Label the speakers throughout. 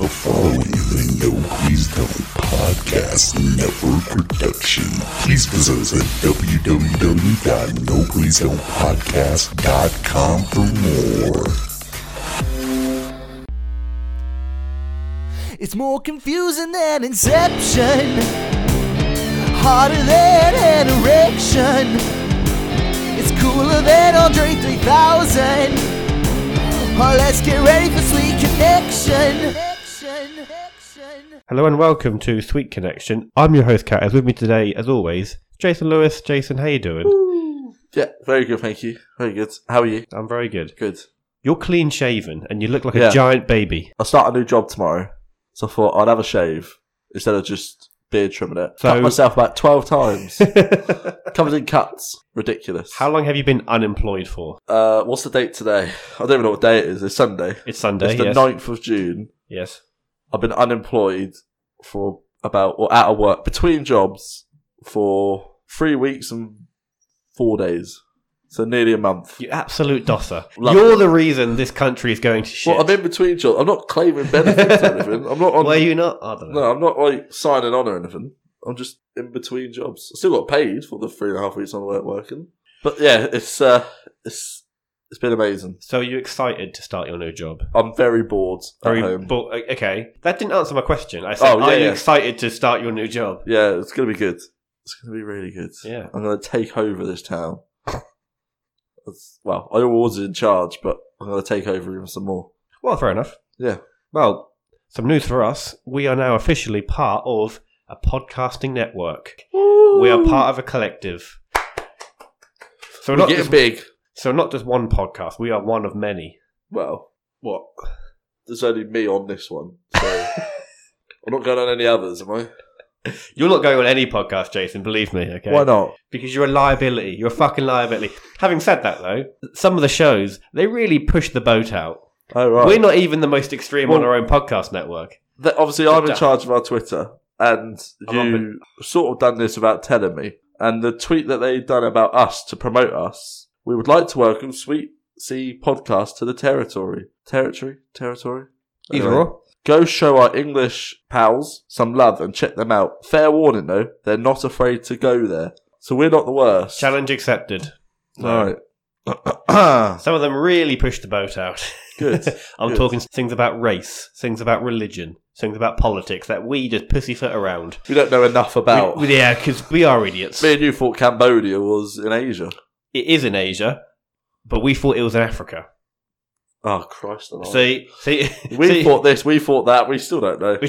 Speaker 1: The following is a No Please Don't Podcast Network production. Please visit us at www.nopleasedon'tpodcast.com for more.
Speaker 2: It's more confusing than inception, harder than an erection. It's cooler than Andre 3000. Oh, let's get ready for sweet connection.
Speaker 3: Hello and welcome to Sweet Connection. I'm your host, Kat. As with me today, as always, Jason Lewis. Jason, how you doing?
Speaker 4: Yeah, very good, thank you. Very good. How are you?
Speaker 3: I'm very good.
Speaker 4: Good.
Speaker 3: You're clean shaven and you look like
Speaker 4: Yeah.
Speaker 3: a giant baby.
Speaker 4: I'll start a new job tomorrow, so I thought I'd have a shave instead of just beard trimming it.
Speaker 3: So-
Speaker 4: Cut myself about 12 times. Covered in cuts. Ridiculous.
Speaker 3: How long have you been unemployed for?
Speaker 4: Uh, what's the date today? I don't even know what day it is. It's Sunday.
Speaker 3: It's Sunday.
Speaker 4: it's the
Speaker 3: yes.
Speaker 4: 9th of June.
Speaker 3: yes.
Speaker 4: I've been unemployed for about, or out of work, between jobs for three weeks and four days. So nearly a month.
Speaker 3: You absolute dosser.
Speaker 4: Love
Speaker 3: You're
Speaker 4: it.
Speaker 3: the reason this country is going to shit.
Speaker 4: Well, I'm in between jobs. I'm not claiming benefits or anything. I'm not on
Speaker 3: Were you not? I don't know.
Speaker 4: No, I'm not like signing on or anything. I'm just in between jobs. I still got paid for the three and a half weeks I weren't working. But yeah, it's uh, it's it's been amazing.
Speaker 3: So are you excited to start your new job?
Speaker 4: I'm very bored
Speaker 3: Very-
Speaker 4: at home.
Speaker 3: but o- okay, that didn't answer my question. I said,
Speaker 4: Oh, yeah,
Speaker 3: are you
Speaker 4: yeah.
Speaker 3: excited to start your new job?
Speaker 4: yeah, it's gonna be good. It's gonna be really good.
Speaker 3: Yeah.
Speaker 4: I'm gonna take over this town. It's- well, I was in charge, but I'm gonna take over even some more.
Speaker 3: Well, fair enough.
Speaker 4: Yeah.
Speaker 3: Well, some news for us. We are now officially part of a podcasting network. We are part of a collective. So
Speaker 4: We're
Speaker 3: not
Speaker 4: getting
Speaker 3: just,
Speaker 4: big.
Speaker 3: so not just one podcast. We are one of many.
Speaker 4: Well, what? There's only me on this one, so I'm not going on any others, am I?
Speaker 3: You're not going on any podcast, Jason. Believe me. Okay.
Speaker 4: Why not?
Speaker 3: Because you're a liability. You're a fucking liability. Having said that, though, some of the shows they really push the boat out.
Speaker 4: Oh right.
Speaker 3: We're not even the most extreme on
Speaker 4: Well-
Speaker 3: our own podcast network.
Speaker 4: that obviously
Speaker 3: Good
Speaker 4: I'm in
Speaker 3: done.
Speaker 4: charge of our Twitter, and
Speaker 3: I'm
Speaker 4: you
Speaker 3: not
Speaker 4: sort of done this without telling me. And the tweet that they done about us to promote us, we would like to welcome Sweet Sea Podcast to the territory, territory, territory.
Speaker 3: Either
Speaker 4: Anyway,
Speaker 3: or.
Speaker 4: Go show our English pals some love and check them out. Fair warning though, they're not afraid to go there, so we're not the worst.
Speaker 3: Challenge accepted.
Speaker 4: All right.
Speaker 3: Some of them really push the boat out.
Speaker 4: Good.
Speaker 3: I'm
Speaker 4: Good.
Speaker 3: talking things about race, things about religion, things about politics that we just pussyfoot around.
Speaker 4: we don't know enough about.
Speaker 3: We- yeah, because we are idiots.
Speaker 4: me
Speaker 3: It
Speaker 4: and you thought Cambodia was in Asia.
Speaker 3: is in Asia, but we thought it was in Africa.
Speaker 4: Oh Christ! alive.
Speaker 3: See, see,
Speaker 4: We
Speaker 3: see,
Speaker 4: thought this, we thought that, we still don't know.
Speaker 3: we-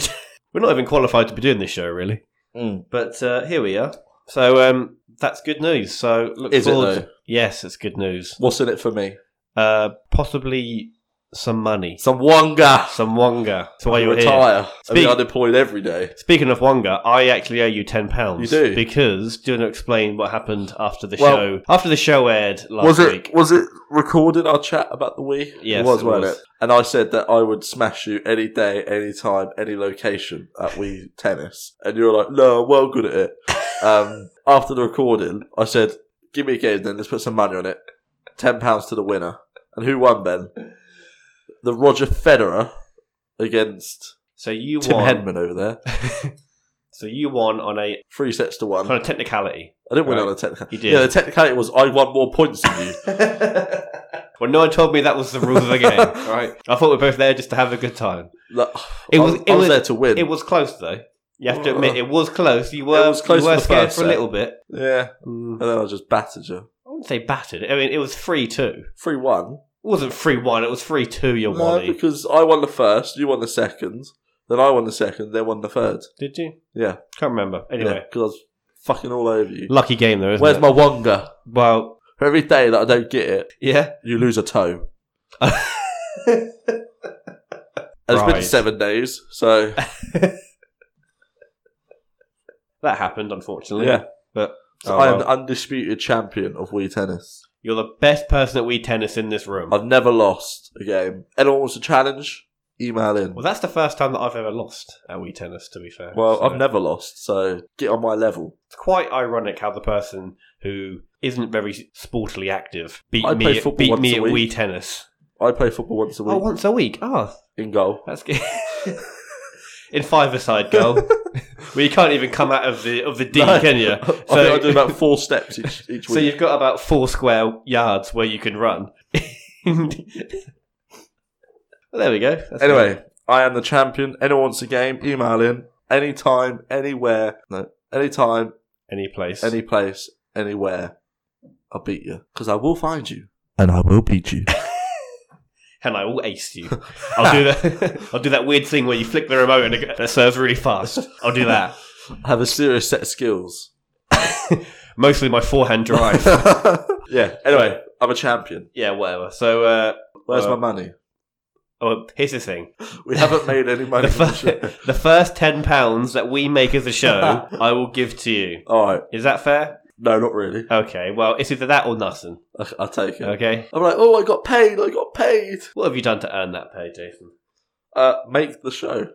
Speaker 3: we're not even qualified to be doing this show, really.
Speaker 4: Mm.
Speaker 3: But uh, here we are. So um, that's good news. So look
Speaker 4: Is it,
Speaker 3: forward.
Speaker 4: though?
Speaker 3: to- yes, it's good news.
Speaker 4: What's in it for me?
Speaker 3: Uh, possibly some money,
Speaker 4: Some wonga.
Speaker 3: some wonga. That's why you're here.
Speaker 4: retire. I
Speaker 3: Speak-
Speaker 4: mean, unemployed every day.
Speaker 3: Speaking of Wonga, I actually owe you ten pounds.
Speaker 4: You do?
Speaker 3: because do you want to explain what happened after the
Speaker 4: Well-
Speaker 3: show? After the show aired last
Speaker 4: was it
Speaker 3: week,
Speaker 4: was it recorded our chat about the Wii?
Speaker 3: Yes,
Speaker 4: it was,
Speaker 3: it
Speaker 4: wasn't
Speaker 3: was.
Speaker 4: it? And I said that I would smash you any day, any time, any location at Wii tennis, and you were like, "No, I'm well good at it." Um, after the recording, I said, "Give me a game, then let's put some money on it. Ten pounds to the winner." And who won, Ben? The Roger Federer against
Speaker 3: so you
Speaker 4: Tim
Speaker 3: won.
Speaker 4: Henman over there.
Speaker 3: So you won on a
Speaker 4: Three sets to one.
Speaker 3: on a technicality.
Speaker 4: I didn't win
Speaker 3: Right.
Speaker 4: on a technicality.
Speaker 3: You did.
Speaker 4: Yeah, the technicality was I won more points than you.
Speaker 3: Well, no one told me that was the rules of the game. All right, I thought we were both there just to have a good time.
Speaker 4: Like,
Speaker 3: It
Speaker 4: I
Speaker 3: was-
Speaker 4: was,
Speaker 3: it
Speaker 4: I was
Speaker 3: was-
Speaker 4: there to win.
Speaker 3: It was close though. You have to admit it was close. You were
Speaker 4: It was close
Speaker 3: you were
Speaker 4: in the
Speaker 3: scared
Speaker 4: first
Speaker 3: for a
Speaker 4: set.
Speaker 3: little bit.
Speaker 4: yeah,
Speaker 3: Mm,
Speaker 4: and then I just battered you.
Speaker 3: I wouldn't say battered. I mean, it was three two.
Speaker 4: Three one.
Speaker 3: It wasn't three one. It was three two. You
Speaker 4: No,
Speaker 3: won.
Speaker 4: because I won the first, you won the second, then I won the second, they won the third.
Speaker 3: Did you?
Speaker 4: Yeah,
Speaker 3: Can't remember. Anyway,
Speaker 4: because I was fucking all over you.
Speaker 3: lucky game though. Isn't
Speaker 4: Where's
Speaker 3: it?
Speaker 4: my wonga?
Speaker 3: Well,
Speaker 4: For every day that I don't get it,
Speaker 3: yeah.
Speaker 4: you lose a toe. and It's been
Speaker 3: Right.
Speaker 4: seven days, so
Speaker 3: That happened, unfortunately.
Speaker 4: yeah.
Speaker 3: But
Speaker 4: So
Speaker 3: oh,
Speaker 4: I am the
Speaker 3: well.
Speaker 4: undisputed champion of Wii tennis.
Speaker 3: you're the best person at Wii Tennis in this room.
Speaker 4: I've never lost a game. Anyone wants a challenge? Email in.
Speaker 3: well, that's the first time that I've ever lost at Wii Tennis, to be fair.
Speaker 4: Well,
Speaker 3: So
Speaker 4: I've never lost, so get on my level.
Speaker 3: It's quite ironic how the person who isn't very sportily active beat
Speaker 4: I play
Speaker 3: me,
Speaker 4: football
Speaker 3: beat
Speaker 4: once
Speaker 3: me
Speaker 4: a
Speaker 3: at
Speaker 4: week.
Speaker 3: Wii Tennis.
Speaker 4: I play football once a week
Speaker 3: Oh, once a week. Oh,
Speaker 4: in goal.
Speaker 3: that's good. in five-a-side goal. well, you can't even come out of the of the D, can you?
Speaker 4: I think I do about four steps each, each
Speaker 3: So
Speaker 4: week.
Speaker 3: you've got about four square yards where you can run. well, there we go. That's
Speaker 4: anyway, I am the champion. Anyone wants a game, email in. Anytime, anywhere. No, anytime,
Speaker 3: good. any place.
Speaker 4: any place, anywhere. I'll beat you. Because I will find you. And I will beat you.
Speaker 3: and I will ace you. I'll do that. I'll do that weird thing where you flick the remote and it go- that serves really fast. I'll do that.
Speaker 4: I have a serious set of skills.
Speaker 3: Mostly my forehand drive.
Speaker 4: yeah, anyway, I'm a champion.
Speaker 3: yeah, whatever. So, uh,
Speaker 4: Where's
Speaker 3: Well-
Speaker 4: my money?
Speaker 3: oh, here's the thing:
Speaker 4: We haven't made any money
Speaker 3: the,
Speaker 4: from the
Speaker 3: fir-
Speaker 4: show.
Speaker 3: the first ten pounds that we make as a show, I will give to you.
Speaker 4: Alright,
Speaker 3: Is that fair?
Speaker 4: no, not really.
Speaker 3: Okay. Well, it's either that or nothing.
Speaker 4: I- I'll take it.
Speaker 3: Okay.
Speaker 4: I'm like, oh, I got paid, I got paid.
Speaker 3: What have you done to earn that pay, Jason?
Speaker 4: Uh, make the show.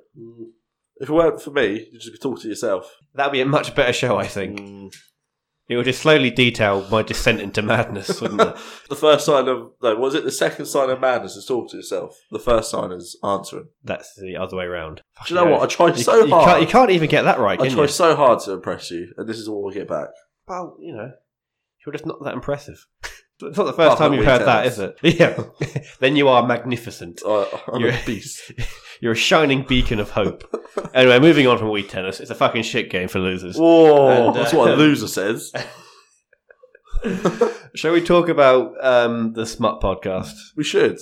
Speaker 4: If it weren't for me, you'd just be talking to yourself.
Speaker 3: That'd be a much better show, I think.
Speaker 4: Mm.
Speaker 3: It would just slowly detail my descent into madness, wouldn't it?
Speaker 4: The first sign of no, was it the second sign of madness is talk to yourself. The first sign is answering.
Speaker 3: That's the other way around.
Speaker 4: Do you know what? I tried
Speaker 3: You,
Speaker 4: so
Speaker 3: you
Speaker 4: hard.
Speaker 3: Can't, you can't even get that right,
Speaker 4: I
Speaker 3: can
Speaker 4: tried
Speaker 3: you?
Speaker 4: so hard to impress you, and this is all I get back.
Speaker 3: Well, you know, you're just not that impressive. It's not the first
Speaker 4: Apart
Speaker 3: time
Speaker 4: from
Speaker 3: you've
Speaker 4: the
Speaker 3: heard that, is it? Yeah. then you are magnificent.
Speaker 4: I, I'm
Speaker 3: You're-
Speaker 4: a beast.
Speaker 3: You're a shining beacon of hope. anyway, moving on from Wii Tennis. It's a fucking shit game for losers.
Speaker 4: Whoa,
Speaker 3: And, uh,
Speaker 4: that's what a loser says.
Speaker 3: Shall we talk about um, the Smut podcast?
Speaker 4: We should.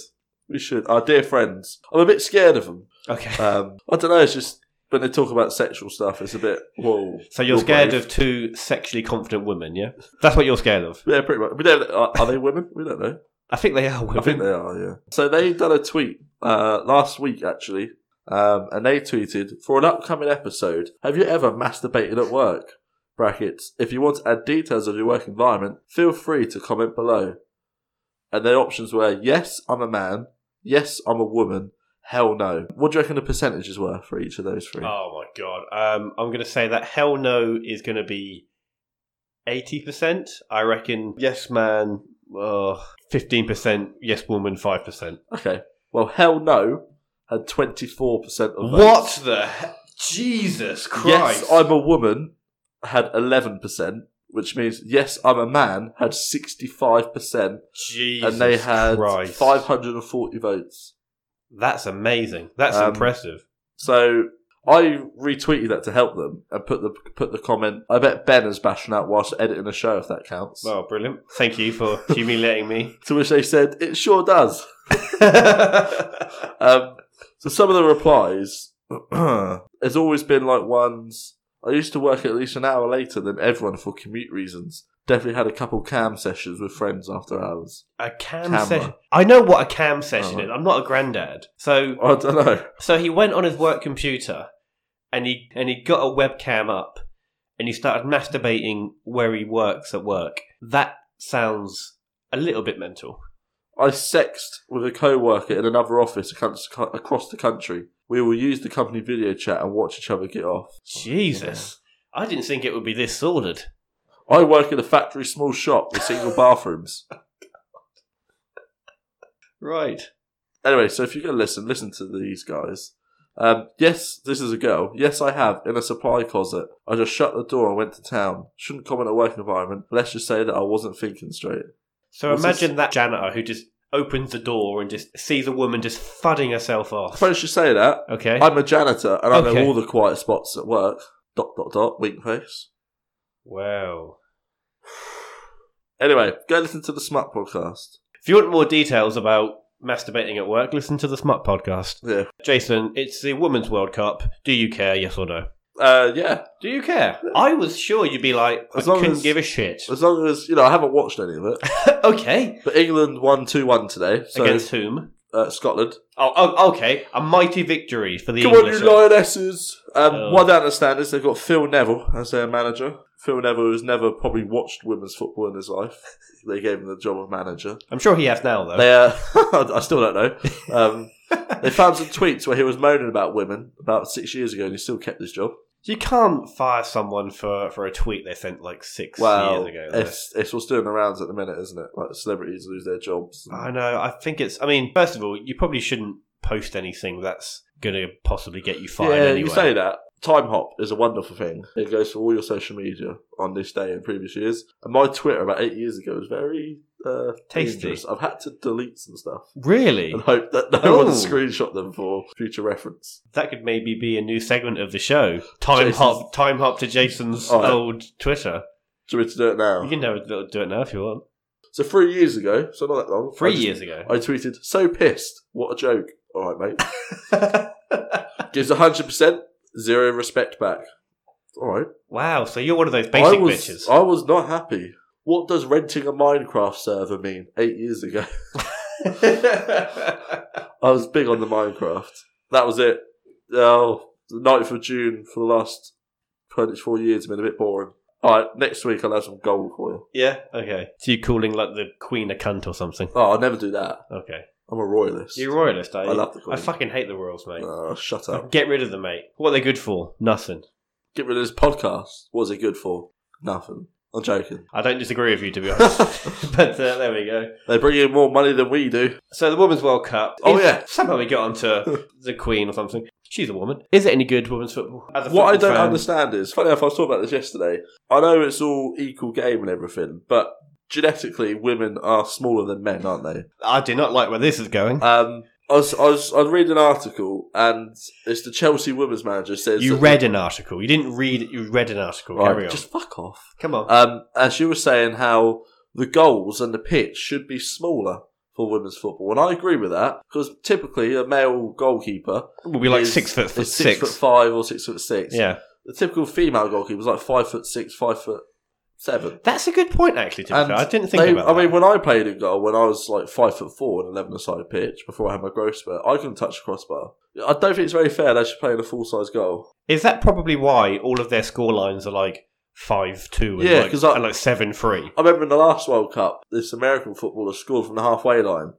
Speaker 4: We should. Our dear friends. I'm a bit scared of them.
Speaker 3: Okay.
Speaker 4: Um, I don't know. It's just when they talk about sexual stuff, it's a bit whoa.
Speaker 3: So you're
Speaker 4: whoa,
Speaker 3: scared
Speaker 4: brave.
Speaker 3: of two sexually confident women, yeah? That's what you're scared of.
Speaker 4: Yeah, pretty much. We don't. Are, are they women? We don't know.
Speaker 3: I think they are women.
Speaker 4: I think they are. Yeah. So they done a tweet uh, last week actually, um, and they tweeted for an upcoming episode. Have you ever masturbated at work? Brackets. If you want to add details of your work environment, feel free to comment below. And their options were yes, I'm a man. Yes, I'm a woman. Hell no. What do you reckon the percentages were for each of those three?
Speaker 3: Oh my god. Um, I'm going to say that hell no is going to be 80%. I reckon yes man uh, 15%, yes woman 5%.
Speaker 4: Okay. Well, hell no had 24% of votes.
Speaker 3: What the he- Jesus Christ.
Speaker 4: Yes, I'm a woman had 11%, which means yes, I'm a man had 65%,
Speaker 3: Jesus
Speaker 4: and they had
Speaker 3: Christ.
Speaker 4: 540 votes.
Speaker 3: That's amazing. That's
Speaker 4: Um,
Speaker 3: impressive.
Speaker 4: So I retweeted that to help them and put the put the comment. I bet Ben is bashing out whilst editing a show if that counts.
Speaker 3: Well, brilliant. Thank you for humiliating me.
Speaker 4: To which they said, "It sure does."
Speaker 3: yeah,
Speaker 4: Um, so some of the replies, there's always been like ones. I used to work at least an hour later than everyone for commute reasons. Definitely had a couple cam sessions with friends after hours.
Speaker 3: a cam
Speaker 4: Camera.
Speaker 3: session. I know what a cam session
Speaker 4: Oh.
Speaker 3: is. I'm not a granddad. So
Speaker 4: I don't know.
Speaker 3: So he went on his work computer, and he and he got a webcam up, and he started masturbating where he works at work. That sounds a little bit mental.
Speaker 4: I sexed with a co-worker in another office ac- across the country. We will use the company video chat and watch each other get off.
Speaker 3: Jesus, I didn't think it would be this sordid.
Speaker 4: I work in a factory small shop with single bathrooms.
Speaker 3: Right.
Speaker 4: Anyway, so if you're going to listen, listen to these guys. Um, yes, this is a girl. Yes, I have, in a supply closet. I just shut the door and went to town. Shouldn't comment on work environment. Let's just say that I wasn't thinking straight.
Speaker 3: So
Speaker 4: What's
Speaker 3: imagine that janitor who just opens the door and just sees a woman just fudding herself
Speaker 4: I
Speaker 3: off.
Speaker 4: suppose you say that.
Speaker 3: Okay.
Speaker 4: I'm a janitor and I
Speaker 3: Okay.
Speaker 4: know all the quiet spots at work. Dot, dot, dot. Wink face.
Speaker 3: Wow.
Speaker 4: Anyway, go listen to the Smut podcast.
Speaker 3: If you want more details about masturbating at work, listen to the Smut podcast.
Speaker 4: Yeah.
Speaker 3: Jason, it's the Women's World Cup. Do you care? Yes or no?
Speaker 4: Uh, yeah.
Speaker 3: Do you care? I was sure you'd be like,
Speaker 4: As
Speaker 3: I
Speaker 4: long
Speaker 3: couldn't
Speaker 4: as-
Speaker 3: give a shit.
Speaker 4: As long as, you know, I haven't watched any of it.
Speaker 3: okay.
Speaker 4: But England won 2 1 today. So,
Speaker 3: Against whom?
Speaker 4: uh, Scotland.
Speaker 3: Oh, oh, okay. A mighty victory for the
Speaker 4: Come on,
Speaker 3: English.
Speaker 4: you lionesses. Um,
Speaker 3: Oh.
Speaker 4: One down the standards, they've got Phil Neville as their manager. Phil Neville has never probably watched women's football in his life. They gave him the job of manager.
Speaker 3: I'm sure he has now, though.
Speaker 4: They, uh, I still don't know. Um, they found some tweets where he was moaning about women about six years ago, and he still kept his job.
Speaker 3: you can't fire someone for, for a tweet they sent like six
Speaker 4: Wow,
Speaker 3: years ago. though.
Speaker 4: it's, it's what's doing the rounds at the minute, isn't it? Like celebrities lose their jobs.
Speaker 3: I know. I think it's. I mean, first of all, you probably shouldn't post anything that's gonna possibly get you fired
Speaker 4: yeah,
Speaker 3: anyway.
Speaker 4: you say that. Time hop is a wonderful thing. It goes for all your social media on this day and previous years. And my Twitter about eight years ago was very uh,
Speaker 3: Tasty.
Speaker 4: dangerous. I've had to delete some stuff
Speaker 3: Really?
Speaker 4: and hope that no one
Speaker 3: Ooh.
Speaker 4: screenshot them for future reference.
Speaker 3: That could maybe be a new segment of the show. Time
Speaker 4: Jason's-
Speaker 3: hop, time hop to Jason's
Speaker 4: All right.
Speaker 3: old Twitter.
Speaker 4: Do we to do it now?
Speaker 3: You can have a- do it now if you want.
Speaker 4: So three years ago, so not that long. I
Speaker 3: Three
Speaker 4: just-
Speaker 3: years ago.
Speaker 4: I tweeted, "So pissed! What a joke! All right, mate." Gives hundred percent, zero respect back. All right.
Speaker 3: Wow, so you're one of those basic
Speaker 4: I was,
Speaker 3: bitches.
Speaker 4: I was not happy. What does renting a Minecraft server mean? Eight years ago, I was big on the Minecraft. That was it. Oh, the 9th of June for the last twenty-four years has been a bit boring. All right, next week I'll have some gold for you.
Speaker 3: yeah, okay. So you're calling like the Queen a cunt or something.
Speaker 4: Oh, I'll never do that.
Speaker 3: Okay.
Speaker 4: I'm a royalist.
Speaker 3: You're a royalist, are you?
Speaker 4: I love the Queen.
Speaker 3: I fucking hate the royals, mate.
Speaker 4: Oh, shut up.
Speaker 3: Get rid of them, mate. What are they good for? Nothing.
Speaker 4: Get rid of this podcast. What is it good for? Nothing. I'm joking.
Speaker 3: I don't disagree with you, to be honest. but uh, there we go.
Speaker 4: They bring in more money than we do.
Speaker 3: So the Women's World Cup.
Speaker 4: Oh,
Speaker 3: is-
Speaker 4: yeah.
Speaker 3: Somehow we got onto the Queen or something. She's a woman. Is it any good women's football? As a
Speaker 4: What I
Speaker 3: football
Speaker 4: don't
Speaker 3: fan-
Speaker 4: understand is, funny enough, I was talking about this yesterday. I know it's all equal game and everything, but genetically, women are smaller than men, aren't they?
Speaker 3: I do not like where this is going.
Speaker 4: Um, I was, I was, I read an article, and it's the Chelsea women's manager says
Speaker 3: you
Speaker 4: that-
Speaker 3: read an article. You didn't read it. You read an article.
Speaker 4: Right,
Speaker 3: Carry on.
Speaker 4: just fuck off.
Speaker 3: Come on.
Speaker 4: Um, and she was saying how the goals and the pitch should be smaller for women's football, and I agree with that because typically a male goalkeeper
Speaker 3: we'll be like
Speaker 4: is-
Speaker 3: six foot for
Speaker 4: is
Speaker 3: six.
Speaker 4: six foot five or six foot six.
Speaker 3: Yeah.
Speaker 4: the typical female goalkeeper is like five foot six, five foot seven.
Speaker 3: That's a good point, actually, to be
Speaker 4: And
Speaker 3: fair. I didn't think
Speaker 4: they-
Speaker 3: about
Speaker 4: I
Speaker 3: that.
Speaker 4: mean, when I played in goal, when I was like five foot four and eleven side pitch before I had my growth spurt, I couldn't touch the crossbar. I don't think it's very fair they should play in a full size goal.
Speaker 3: Is that probably why all of their score lines are like 5 2 and,
Speaker 4: Yeah,
Speaker 3: like,
Speaker 4: 'cause I-
Speaker 3: and like 7 3?
Speaker 4: I remember in the last World Cup, this American footballer scored from the halfway line,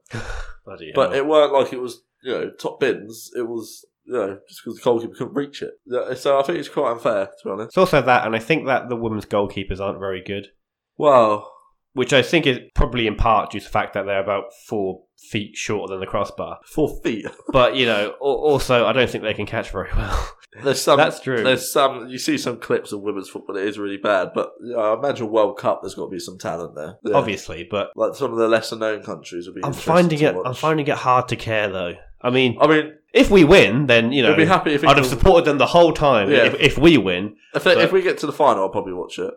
Speaker 3: Bloody
Speaker 4: but
Speaker 3: hell.
Speaker 4: it weren't like it was you know top bins. It was you know just because the goalkeeper couldn't reach it. Yeah, So I think it's quite unfair to be honest.
Speaker 3: it's also that, and I think that the women's goalkeepers aren't very good,
Speaker 4: Well,
Speaker 3: which I think is probably in part due to the fact that they're about four feet shorter than the crossbar.
Speaker 4: four feet.
Speaker 3: But, you know, al- also, I don't think they can catch very well.
Speaker 4: There's some.
Speaker 3: That's true.
Speaker 4: There's some. You see some clips of women's football. It is really bad, but you know, I imagine World Cup. There's got to be some talent there. Yeah.
Speaker 3: Obviously, but
Speaker 4: like some of the lesser known countries would be.
Speaker 3: I'm
Speaker 4: interesting
Speaker 3: finding
Speaker 4: to
Speaker 3: it. I'm
Speaker 4: watch.
Speaker 3: finding it hard to care though. I mean,
Speaker 4: I mean,
Speaker 3: if we win, then you know,
Speaker 4: I'd be happy if, it
Speaker 3: I'd have
Speaker 4: was-
Speaker 3: supported them the whole time.
Speaker 4: Yeah.
Speaker 3: If, if we win,
Speaker 4: if, they- if we get to the final, I'll probably watch it.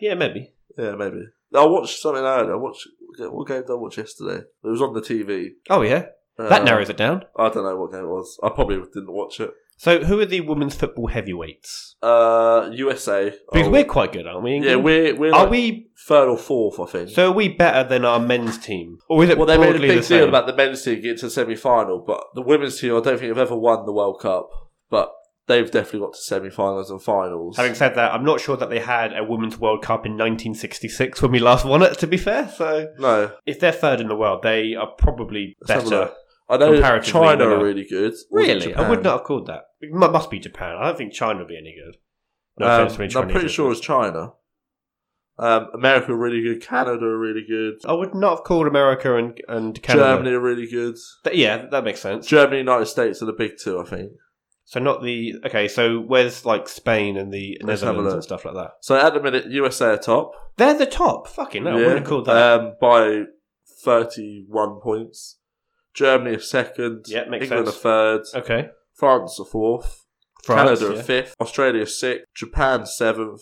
Speaker 3: yeah, maybe.
Speaker 4: Yeah, maybe. I watched something earlier. I watched what game did I watch yesterday? It was on the TV.
Speaker 3: Oh yeah,
Speaker 4: Uh,
Speaker 3: that narrows it down.
Speaker 4: I don't know what game it was. I probably didn't watch it.
Speaker 3: So, who are the women's football heavyweights?
Speaker 4: Uh, USA.
Speaker 3: Because
Speaker 4: Oh,
Speaker 3: we're quite good, aren't we?
Speaker 4: yeah,
Speaker 3: England?
Speaker 4: we're we're
Speaker 3: Are
Speaker 4: like
Speaker 3: we?
Speaker 4: third or fourth, I think.
Speaker 3: So, are we better than our men's team, or is it
Speaker 4: well, they made a
Speaker 3: broadly
Speaker 4: big
Speaker 3: the
Speaker 4: deal
Speaker 3: same?
Speaker 4: about the men's team getting to the semi-final, but the women's team, I don't think have ever won the World Cup, but they've definitely got to semi-finals and finals.
Speaker 3: Having said that, I'm not sure that they had a women's World Cup in 1966 when we last won it. To be fair, so
Speaker 4: no,
Speaker 3: if they're third in the world, they are probably
Speaker 4: Let's have a
Speaker 3: better.
Speaker 4: look. I know
Speaker 3: Comparatively,
Speaker 4: China
Speaker 3: we're
Speaker 4: are
Speaker 3: not-
Speaker 4: really good. Was it
Speaker 3: Really? I
Speaker 4: Japan?
Speaker 3: would not have called that. It mu- must be Japan. I don't think China would be any good. No
Speaker 4: Um,
Speaker 3: offense to any
Speaker 4: I'm
Speaker 3: Chinese
Speaker 4: pretty
Speaker 3: listeners.
Speaker 4: sure it's China. Um, America are really good. Canada are really good.
Speaker 3: I would not have called America and, and Canada.
Speaker 4: Germany are really good.
Speaker 3: Th- yeah, that makes sense.
Speaker 4: Germany, United States are the big two, I think.
Speaker 3: so not the okay. So where's like Spain and the
Speaker 4: Let's have a
Speaker 3: Netherlands
Speaker 4: look.
Speaker 3: and stuff like that?
Speaker 4: So at the minute, USA are top.
Speaker 3: They're the top. Fucking no, I wouldn't have called that.
Speaker 4: Um, by 31 points. Germany are second.
Speaker 3: Yeah, makes
Speaker 4: England
Speaker 3: sense.
Speaker 4: are third.
Speaker 3: okay.
Speaker 4: France are fourth.
Speaker 3: France,
Speaker 4: Canada
Speaker 3: yeah.
Speaker 4: are fifth. Australia sixth. Japan seventh.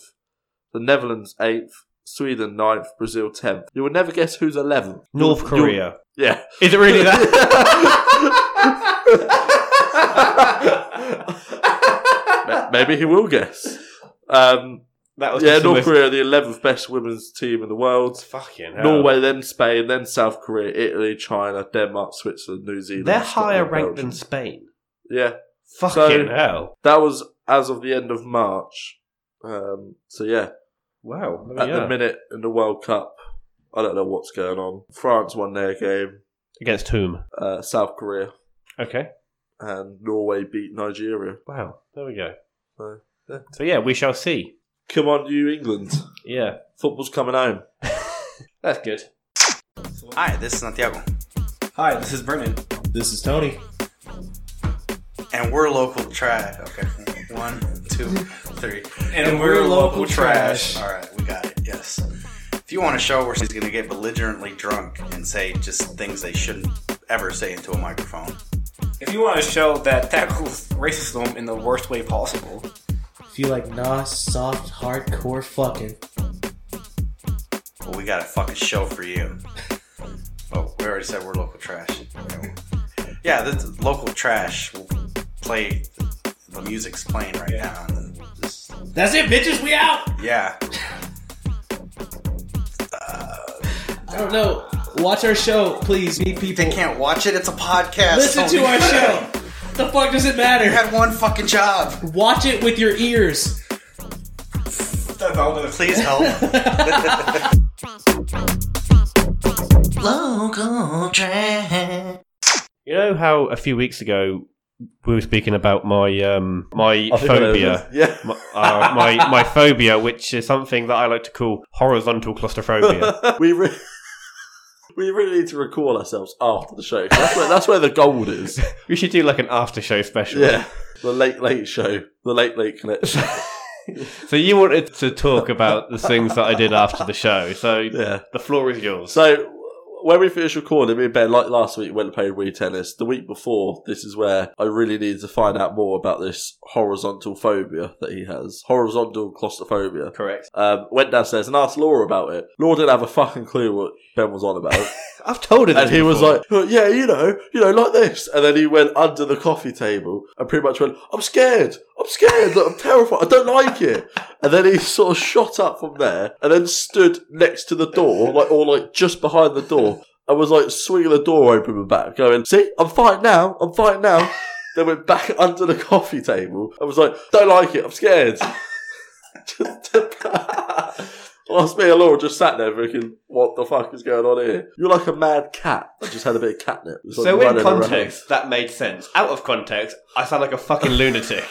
Speaker 4: The Netherlands eighth. Sweden ninth. Brazil tenth. You will never guess who's eleventh.
Speaker 3: North
Speaker 4: You'll- you'll-
Speaker 3: Korea.
Speaker 4: Yeah.
Speaker 3: Is it really that?
Speaker 4: Ma- Maybe he will guess. Um,
Speaker 3: that was
Speaker 4: yeah,
Speaker 3: just the
Speaker 4: North
Speaker 3: most-
Speaker 4: Korea are the eleventh best women's team in the world.
Speaker 3: Fucking hell.
Speaker 4: Norway, then Spain, then South Korea, Italy, China, Denmark, Switzerland, New Zealand.
Speaker 3: They're
Speaker 4: Scotland,
Speaker 3: higher ranked
Speaker 4: Belgium.
Speaker 3: than Spain.
Speaker 4: yeah.
Speaker 3: Fucking hell.
Speaker 4: That was as of the end of March. Um, so yeah,
Speaker 3: Wow. there we
Speaker 4: at
Speaker 3: are.
Speaker 4: the minute in the World Cup, I don't know what's going on. France won their game.
Speaker 3: Against whom?
Speaker 4: Uh, South Korea
Speaker 3: Okay.
Speaker 4: and Norway beat Nigeria.
Speaker 3: Wow. There we go.
Speaker 4: So, yeah.
Speaker 3: So yeah, we shall see.
Speaker 4: Come on, you England!
Speaker 3: Yeah.
Speaker 4: Football's coming home.
Speaker 3: That's good.
Speaker 5: Hi, this is Santiago.
Speaker 6: Hi, this is Brennan.
Speaker 7: This is Tony.
Speaker 5: and we're local trash. Okay, one, two, three, and,
Speaker 3: we're local trash.
Speaker 5: All right, we got it. Yes. If you want a show where she's gonna get belligerently drunk and say just things they shouldn't ever say into a microphone,
Speaker 6: If you want to show that tackles racism in the worst way possible,
Speaker 7: If you like Nas, soft, hardcore fucking.
Speaker 5: well, we got a fucking show for you. Oh, we already said we're local trash. Yeah, this local trash will play. The music's playing right now. And just
Speaker 7: That's it, bitches. We out.
Speaker 5: Yeah.
Speaker 7: I don't know. Watch our show, please. Meet people.
Speaker 5: They can't watch it. It's a podcast.
Speaker 7: Listen to
Speaker 5: Holy
Speaker 7: our
Speaker 5: crap.
Speaker 7: show. The fuck does it
Speaker 5: You
Speaker 7: matter?
Speaker 5: had one fucking job.
Speaker 7: Watch it with your ears.
Speaker 5: Please help.
Speaker 3: You know how a few weeks ago we were speaking about my um my
Speaker 4: I think I know
Speaker 3: phobia.
Speaker 4: this. Yeah.
Speaker 3: my, uh, my my phobia, which is something that I like to call horizontal claustrophobia.
Speaker 4: we re- we really need to recall ourselves after the show. 'cause That's where, that's where the gold is.
Speaker 3: we should do like an after show special.
Speaker 4: Yeah, the late late show, the late late connection.
Speaker 3: So you wanted to talk about the things that I did after the show. So
Speaker 4: yeah.
Speaker 3: the floor is yours.
Speaker 4: So when we finished recording, me and Ben, like last week, went and played Wii tennis. The week before, this is where I really needed to find out more about this horizontal phobia that he has, horizontal claustrophobia.
Speaker 3: Correct.
Speaker 4: Um, went downstairs and asked Laura about it. Laura didn't have a fucking clue what Ben was on about.
Speaker 3: I've told her this.
Speaker 4: And he was
Speaker 3: before.
Speaker 4: like, "Oh, yeah, you know, you know, like this. And then he went under the coffee table and pretty much went, I'm scared. I'm scared. Look, I'm terrified. I don't like it. And then he sort of shot up from there and then stood next to the door, like, or like just behind the door and was like swinging the door open and back, going, see, I'm fine now. I'm fine now. then went back under the coffee table and was like, don't like it. I'm scared. Just- Whilst me and Laura just sat there thinking, what the fuck is going on here? You're like a mad cat. I just had a bit of catnip. It's like
Speaker 3: so in
Speaker 4: running around.
Speaker 3: context, that made sense. Out of context, I sound like a fucking lunatic.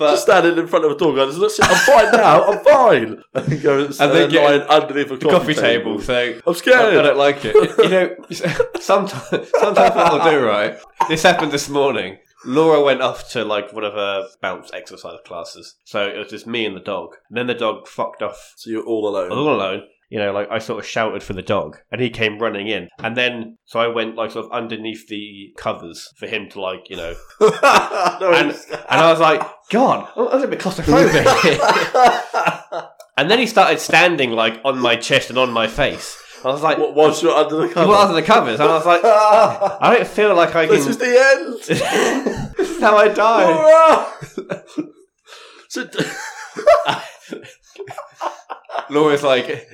Speaker 4: Just standing in front of a door going, "Listen, I'm fine now, I'm fine. And then going, and
Speaker 3: then
Speaker 4: then
Speaker 3: get
Speaker 4: lying underneath a
Speaker 3: The coffee table. So
Speaker 4: I'm scared.
Speaker 3: I, I don't like it. You know, sometimes, sometimes what I'll do, right? This happened this morning. Laura went off to like one of her bounce exercise classes. So it was just me and the dog. And then the dog fucked off
Speaker 4: so you're all alone.
Speaker 3: all alone. You know, like I sort of shouted for the dog and he came running in. And then, so I went like sort of underneath the covers for him to like, you know.
Speaker 4: No,
Speaker 3: And,
Speaker 4: it's-
Speaker 3: and I was like, God, I'm a little bit claustrophobic here. And then he started standing like on my chest and on my face. I was like,
Speaker 4: What- whilst you're under the
Speaker 3: he
Speaker 4: cover.
Speaker 3: went under the covers, and I was like,
Speaker 4: Ah,
Speaker 3: I don't feel like I can.
Speaker 4: this is the end.
Speaker 3: This is how I die.
Speaker 4: Laura! so,
Speaker 3: Laura's like,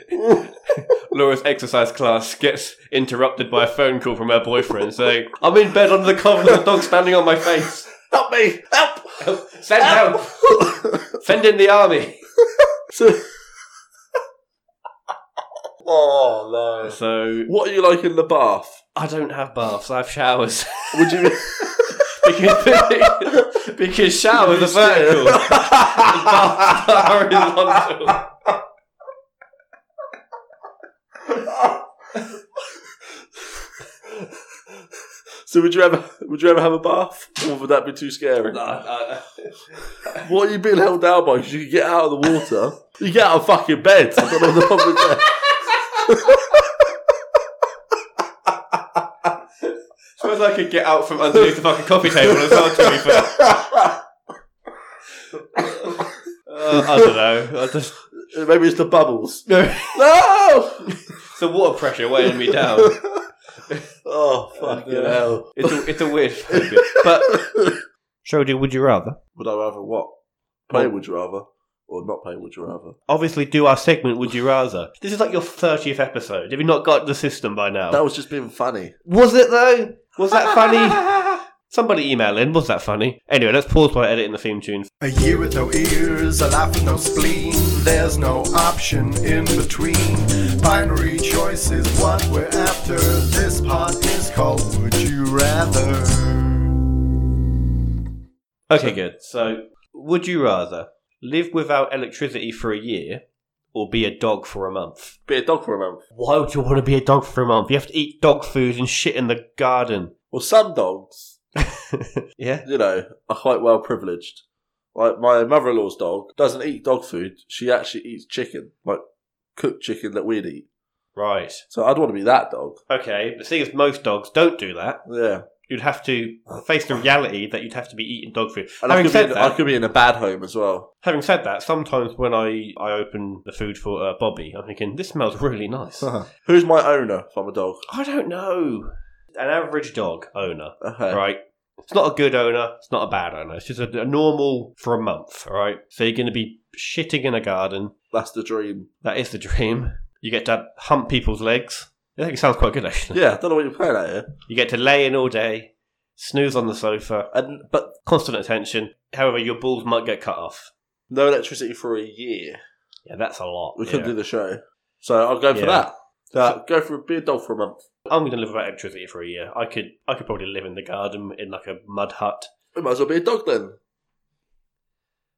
Speaker 3: Laura's exercise class gets interrupted by a phone call from her boyfriend saying, "I'm in bed under the covers, the dog's standing on my face.
Speaker 4: help me! Help!
Speaker 3: Send help! Send in the army."
Speaker 4: So- oh no.
Speaker 3: So
Speaker 4: What are you like in the bath?
Speaker 3: I don't have baths. I have showers
Speaker 4: Would you?
Speaker 3: because, because showers are vertical, and baths are horizontal.
Speaker 4: so would you ever? Would you ever have a bath, or would that be too scary? What are you being held down by? Because you can get out of the water. You get out of fucking bed. I don't know what the problem is there.
Speaker 3: Suppose I could get out from underneath the fucking coffee table as well, to be fair. Uh, I don't know. I just
Speaker 4: Maybe it's the bubbles.
Speaker 3: no.
Speaker 4: No.
Speaker 3: It's the water pressure weighing me down.
Speaker 4: Oh fucking
Speaker 3: uh,
Speaker 4: hell!
Speaker 3: It's a, it's a weird phobia. But Shrody, would you rather?
Speaker 4: Would I rather what? Play would you rather, or not play would you rather?
Speaker 3: Obviously, do our segment. Would you rather? This is like your thirtieth episode. Have you not got the system by now?
Speaker 4: That was just being funny.
Speaker 3: was it though? Was that funny? Somebody email in. Was that funny? Anyway, let's pause while I edit in the theme tune.
Speaker 8: A year with no ears, a life with no spleen. There's no option in between. Binary choice is what we're after. This pod is called Would You Rather?
Speaker 3: Okay, good. So, would you rather live without electricity for a year or be a dog for a month?
Speaker 4: Be a dog for a month.
Speaker 3: Why would you want to be a dog for a month? You have to eat dog food and shit in the garden.
Speaker 4: Well, some dogs
Speaker 3: yeah.
Speaker 4: you know, are quite well privileged. Like my mother in law's dog doesn't eat dog food, she actually eats chicken, like cooked chicken that we'd eat.
Speaker 3: Right.
Speaker 4: So I'd want to be that dog.
Speaker 3: Okay. But seeing as most dogs don't do that,
Speaker 4: Yeah.
Speaker 3: you'd have to face the reality that you'd have to be eating dog food.
Speaker 4: And I
Speaker 3: having
Speaker 4: could, be
Speaker 3: said
Speaker 4: in,
Speaker 3: that,
Speaker 4: I could be in a bad home as well.
Speaker 3: having said that, sometimes when I, I open the food for uh, Bobby, I'm thinking this smells really nice.
Speaker 4: Who's my owner if I'm a dog?
Speaker 3: I don't know. An average dog owner,
Speaker 4: Okay.
Speaker 3: right? It's not a good owner. It's not a bad owner. It's just a, a normal for a month, all right? So you're going to be shitting in a garden.
Speaker 4: That's the dream.
Speaker 3: That is the dream. You get to hump people's legs. I think it sounds quite good, actually.
Speaker 4: Yeah, I don't know what you're playing at here.
Speaker 3: You get to lay in all day, snooze on the sofa,
Speaker 4: And but
Speaker 3: constant attention. However, your balls might get cut off.
Speaker 4: no electricity for a year.
Speaker 3: Yeah, that's a lot.
Speaker 4: We
Speaker 3: yeah.
Speaker 4: couldn't do the show. So I'll go for
Speaker 3: Yeah.
Speaker 4: that. So go for a beer dog for a month.
Speaker 3: I'm going to live without electricity for a year. I could, I could probably live in the garden in like a mud hut.
Speaker 4: We might as well be a dog then.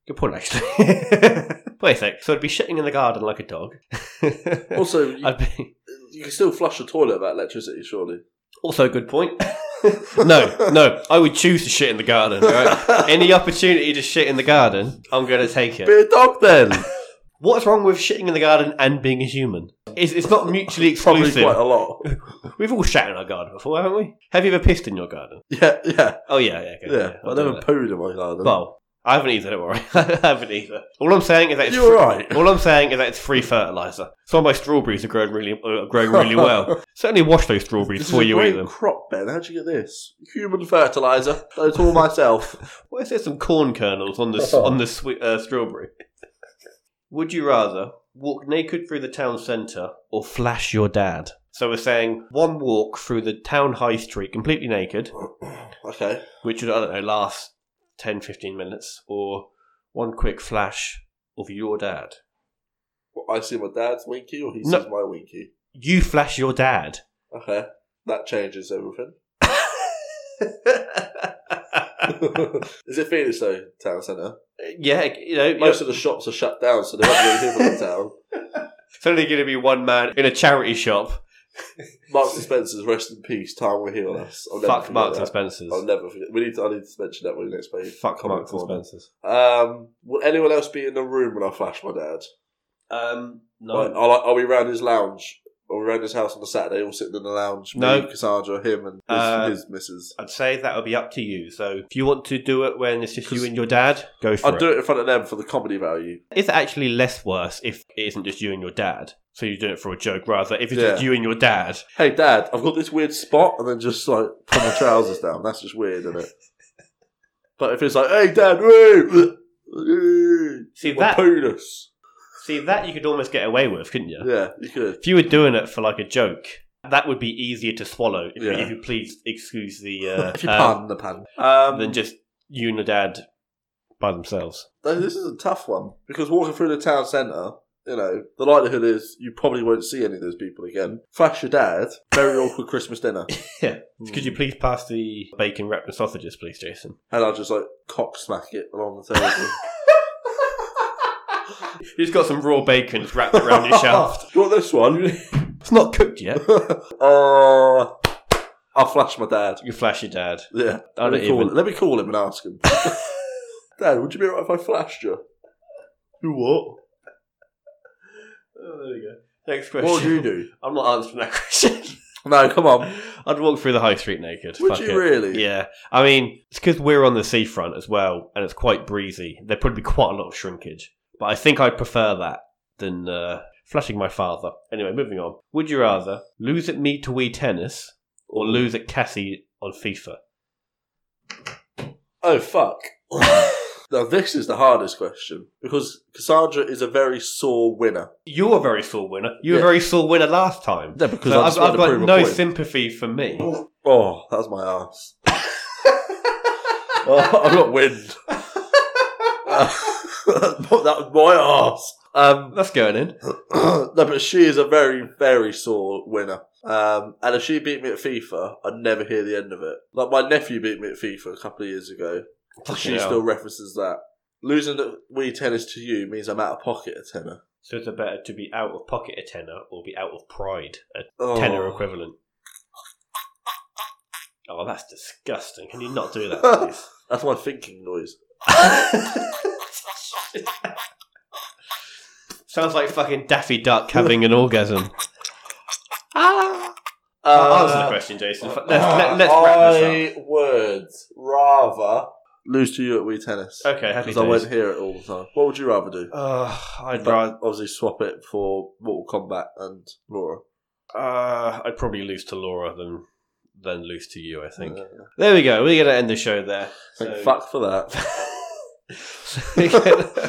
Speaker 3: Good point, actually. Wait a sec. So I'd be shitting in the garden like a dog.
Speaker 4: Also, you,
Speaker 3: I'd be.
Speaker 4: you can still flush the toilet without electricity, surely.
Speaker 3: Also, a good point. no, no. I would choose to shit in the garden. all right? Any opportunity to shit in the garden, I'm going to take it.
Speaker 4: Be a dog then.
Speaker 3: What's wrong with shitting in the garden and being a human? It's, it's not mutually
Speaker 4: Probably
Speaker 3: exclusive.
Speaker 4: quite a lot.
Speaker 3: We've all shat in our garden before, haven't we? Have you ever pissed in your garden?
Speaker 4: Yeah, yeah,
Speaker 3: Oh yeah, yeah. Okay,
Speaker 4: yeah.
Speaker 3: I'll
Speaker 4: I
Speaker 3: do
Speaker 4: never
Speaker 3: that.
Speaker 4: pooed in my garden.
Speaker 3: Well, I haven't either. Don't worry, I haven't either. All I'm saying is that it's
Speaker 4: You're
Speaker 3: free,
Speaker 4: right.
Speaker 3: All I'm saying is that it's free fertilizer. Some of my strawberries are growing really, uh, growing really well. Certainly wash those strawberries
Speaker 4: this is
Speaker 3: before
Speaker 4: a
Speaker 3: you eat
Speaker 4: great
Speaker 3: them.
Speaker 4: crop, Ben. How'd you get this? Human fertilizer. That's all myself.
Speaker 3: Why is there some corn kernels on the on the swe uh, strawberry? Would you rather walk naked through the town centre or flash your dad? So we're saying one walk through the town high street completely naked,
Speaker 4: okay.
Speaker 3: which would I don't know last 10, 15 minutes, or one quick flash of your dad.
Speaker 4: Well, I see my dad's winky, or he
Speaker 3: No.
Speaker 4: sees my winky.
Speaker 3: You flash your dad.
Speaker 4: Okay, that changes everything. is it Phoenix though? Town centre.
Speaker 3: Yeah, you know,
Speaker 4: Most
Speaker 3: you're
Speaker 4: of the shops are shut down, so there aren't really people in town.
Speaker 3: suddenly going to be one man in a charity shop.
Speaker 4: Marks and Spencer's, rest in peace. Time will heal us. I'll never
Speaker 3: Fuck
Speaker 4: forget
Speaker 3: Marks and
Speaker 4: that.
Speaker 3: Spencer's.
Speaker 4: I'll never forget. We need. To, I need to mention that when the next page.
Speaker 3: Fuck
Speaker 4: Comment
Speaker 3: Marks and
Speaker 4: corner.
Speaker 3: Spencer's.
Speaker 4: Um, will anyone else be in the room when I flash my dad?
Speaker 3: Um, no.
Speaker 4: Like, I'll, I'll be round his lounge. Or round his house on a Saturday, all sitting in the lounge.
Speaker 3: No.
Speaker 4: me, Cassandra, him, and his,
Speaker 3: Uh,
Speaker 4: his missus.
Speaker 3: I'd say that would be up to you. So if you want to do it when it's just you
Speaker 4: 'Cause-
Speaker 3: and your dad, go for
Speaker 4: I'll
Speaker 3: it.
Speaker 4: do it in front of them for the comedy value.
Speaker 3: It's actually less worse if it isn't just you and your dad. So you're doing it for a joke rather. If it's
Speaker 4: Yeah.
Speaker 3: just you and your dad,
Speaker 4: Hey, Dad, I've got this weird spot, and then just like pull my trousers down. That's just weird, isn't it? But if it's like, hey, Dad, woo, woo,
Speaker 3: See
Speaker 4: my
Speaker 3: that-
Speaker 4: penis.
Speaker 3: see that you could almost get away with, couldn't you?
Speaker 4: Yeah, you could.
Speaker 3: If you were doing it for like a joke, that would be easier to swallow. If,
Speaker 4: Yeah.
Speaker 3: if you please excuse the uh,
Speaker 4: If you
Speaker 3: um,
Speaker 4: pardon the pun. Um,
Speaker 3: than just you and your dad by themselves.
Speaker 4: Though This is a tough one because walking through the town centre, you know, the likelihood is you probably won't see any of those people again. Flash your dad, very awkward Christmas dinner,
Speaker 3: Could you please pass the bacon wrapped in sausages, please, Jason?
Speaker 4: and I'll just like cock smack it along the table.
Speaker 3: He's got some raw bacon wrapped around your shaft.
Speaker 4: You want this one?
Speaker 3: It's not cooked yet.
Speaker 4: Oh, I'll flash my dad.
Speaker 3: You flash your dad.
Speaker 4: Yeah,
Speaker 3: I
Speaker 4: let
Speaker 3: don't
Speaker 4: me, call
Speaker 3: even-
Speaker 4: him. let me call him and ask him. dad, would you be alright if I flashed you? You what?
Speaker 3: Oh, there we go. Next question.
Speaker 4: What would you do?
Speaker 3: I'm not answering that question.
Speaker 4: No, come on.
Speaker 3: I'd walk through the high street naked.
Speaker 4: Would
Speaker 3: Fuck
Speaker 4: you
Speaker 3: it.
Speaker 4: really?
Speaker 3: Yeah. I mean, it's because we're on the seafront as well, and it's quite breezy. There'd probably be quite a lot of shrinkage. But I think I'd prefer that than uh, flashing my father. Anyway, moving on. Would you rather lose at me to Wii Tennis or lose at Cassie on FIFA?
Speaker 4: Oh fuck. now this is the hardest question because Cassandra is a very sore winner.
Speaker 3: You were a very sore winner. You were
Speaker 4: Yeah.
Speaker 3: a very sore winner last time.
Speaker 4: Yeah, because
Speaker 3: So
Speaker 4: I just
Speaker 3: I've,
Speaker 4: wanted
Speaker 3: I've
Speaker 4: to
Speaker 3: got
Speaker 4: prove a
Speaker 3: no
Speaker 4: point.
Speaker 3: sympathy for me.
Speaker 4: Oh, that was my ass. oh, I've got wind. that was my ass. Um,
Speaker 3: That's going in.
Speaker 4: no, but she is a very, very sore winner. Um, and if she beat me at FIFA, I'd never hear the end of it. Like my nephew beat me at FIFA a couple of years ago.
Speaker 3: Fucking
Speaker 4: she
Speaker 3: hell.
Speaker 4: still references that. Losing at Wii Tennis to you means I'm out of pocket at tenner.
Speaker 3: So it's better to be out of pocket a tenner or be out of pride a
Speaker 4: Oh.
Speaker 3: tenner equivalent. Oh, that's disgusting. Can you not do that, please?
Speaker 4: That's my thinking noise.
Speaker 3: Sounds like fucking Daffy Duck having an orgasm.
Speaker 4: Uh,
Speaker 3: Answer the question, Jason. F- Let's, let, let's wrap this
Speaker 4: I would rather lose to you at Wii Tennis.
Speaker 3: up. Okay, happy
Speaker 4: Because I
Speaker 3: days.
Speaker 4: won't hear it all the time. What would you rather do?
Speaker 3: Uh, I'd
Speaker 4: But
Speaker 3: rather.
Speaker 4: obviously swap it for Mortal Kombat and Laura.
Speaker 3: Uh, I'd probably lose to Laura than than lose to you. I think. there we go. We're gonna end the show there.
Speaker 4: Uh. Thank
Speaker 3: So-
Speaker 4: fuck for that.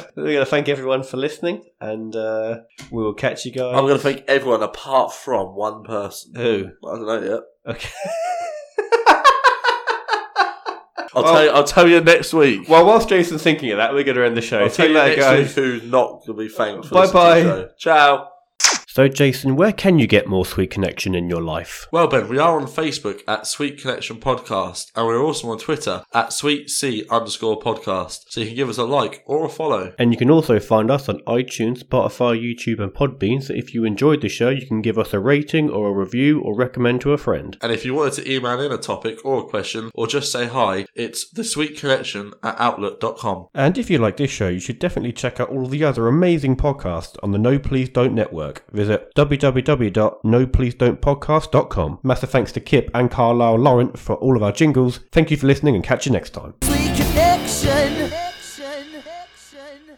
Speaker 3: we're gonna thank everyone for listening, and uh, we will catch you guys.
Speaker 4: I'm going to thank everyone apart from one person.
Speaker 3: Who?
Speaker 4: I don't know yet.
Speaker 3: Okay.
Speaker 4: I'll,
Speaker 3: Well-
Speaker 4: tell you, I'll tell you next week.
Speaker 3: Well, whilst Jason's thinking of that, we're going to end the show.
Speaker 4: I'll tell
Speaker 3: Take
Speaker 4: you
Speaker 3: that,
Speaker 4: next
Speaker 3: guys.
Speaker 4: week who's not going to be thanked for
Speaker 3: Bye
Speaker 4: listening
Speaker 3: bye.
Speaker 4: to the show. Ciao.
Speaker 3: So, Jason, where can you get more sweet connection in your life?
Speaker 4: Well, Ben, we are on Facebook at Sweet Connection Podcast, and we're also on Twitter at Sweet C underscore podcast. So you can give us a like or a follow.
Speaker 3: And you can also find us on iTunes, Spotify, YouTube, and Podbean. So, if you enjoyed the show, you can give us a rating or a review or recommend to a friend.
Speaker 4: And if you wanted to email in a topic or a question or just say hi, it's the Sweet Connection at outlook.com.
Speaker 3: And if you like this show, you should definitely check out all the other amazing podcasts on the No Please Don't Network. Visit www.nopleasedon'tpodcast.com. Massive thanks to Kip and Carlisle Laurent for all of our jingles. Thank you for listening and catch you next time.
Speaker 2: Sweet connection.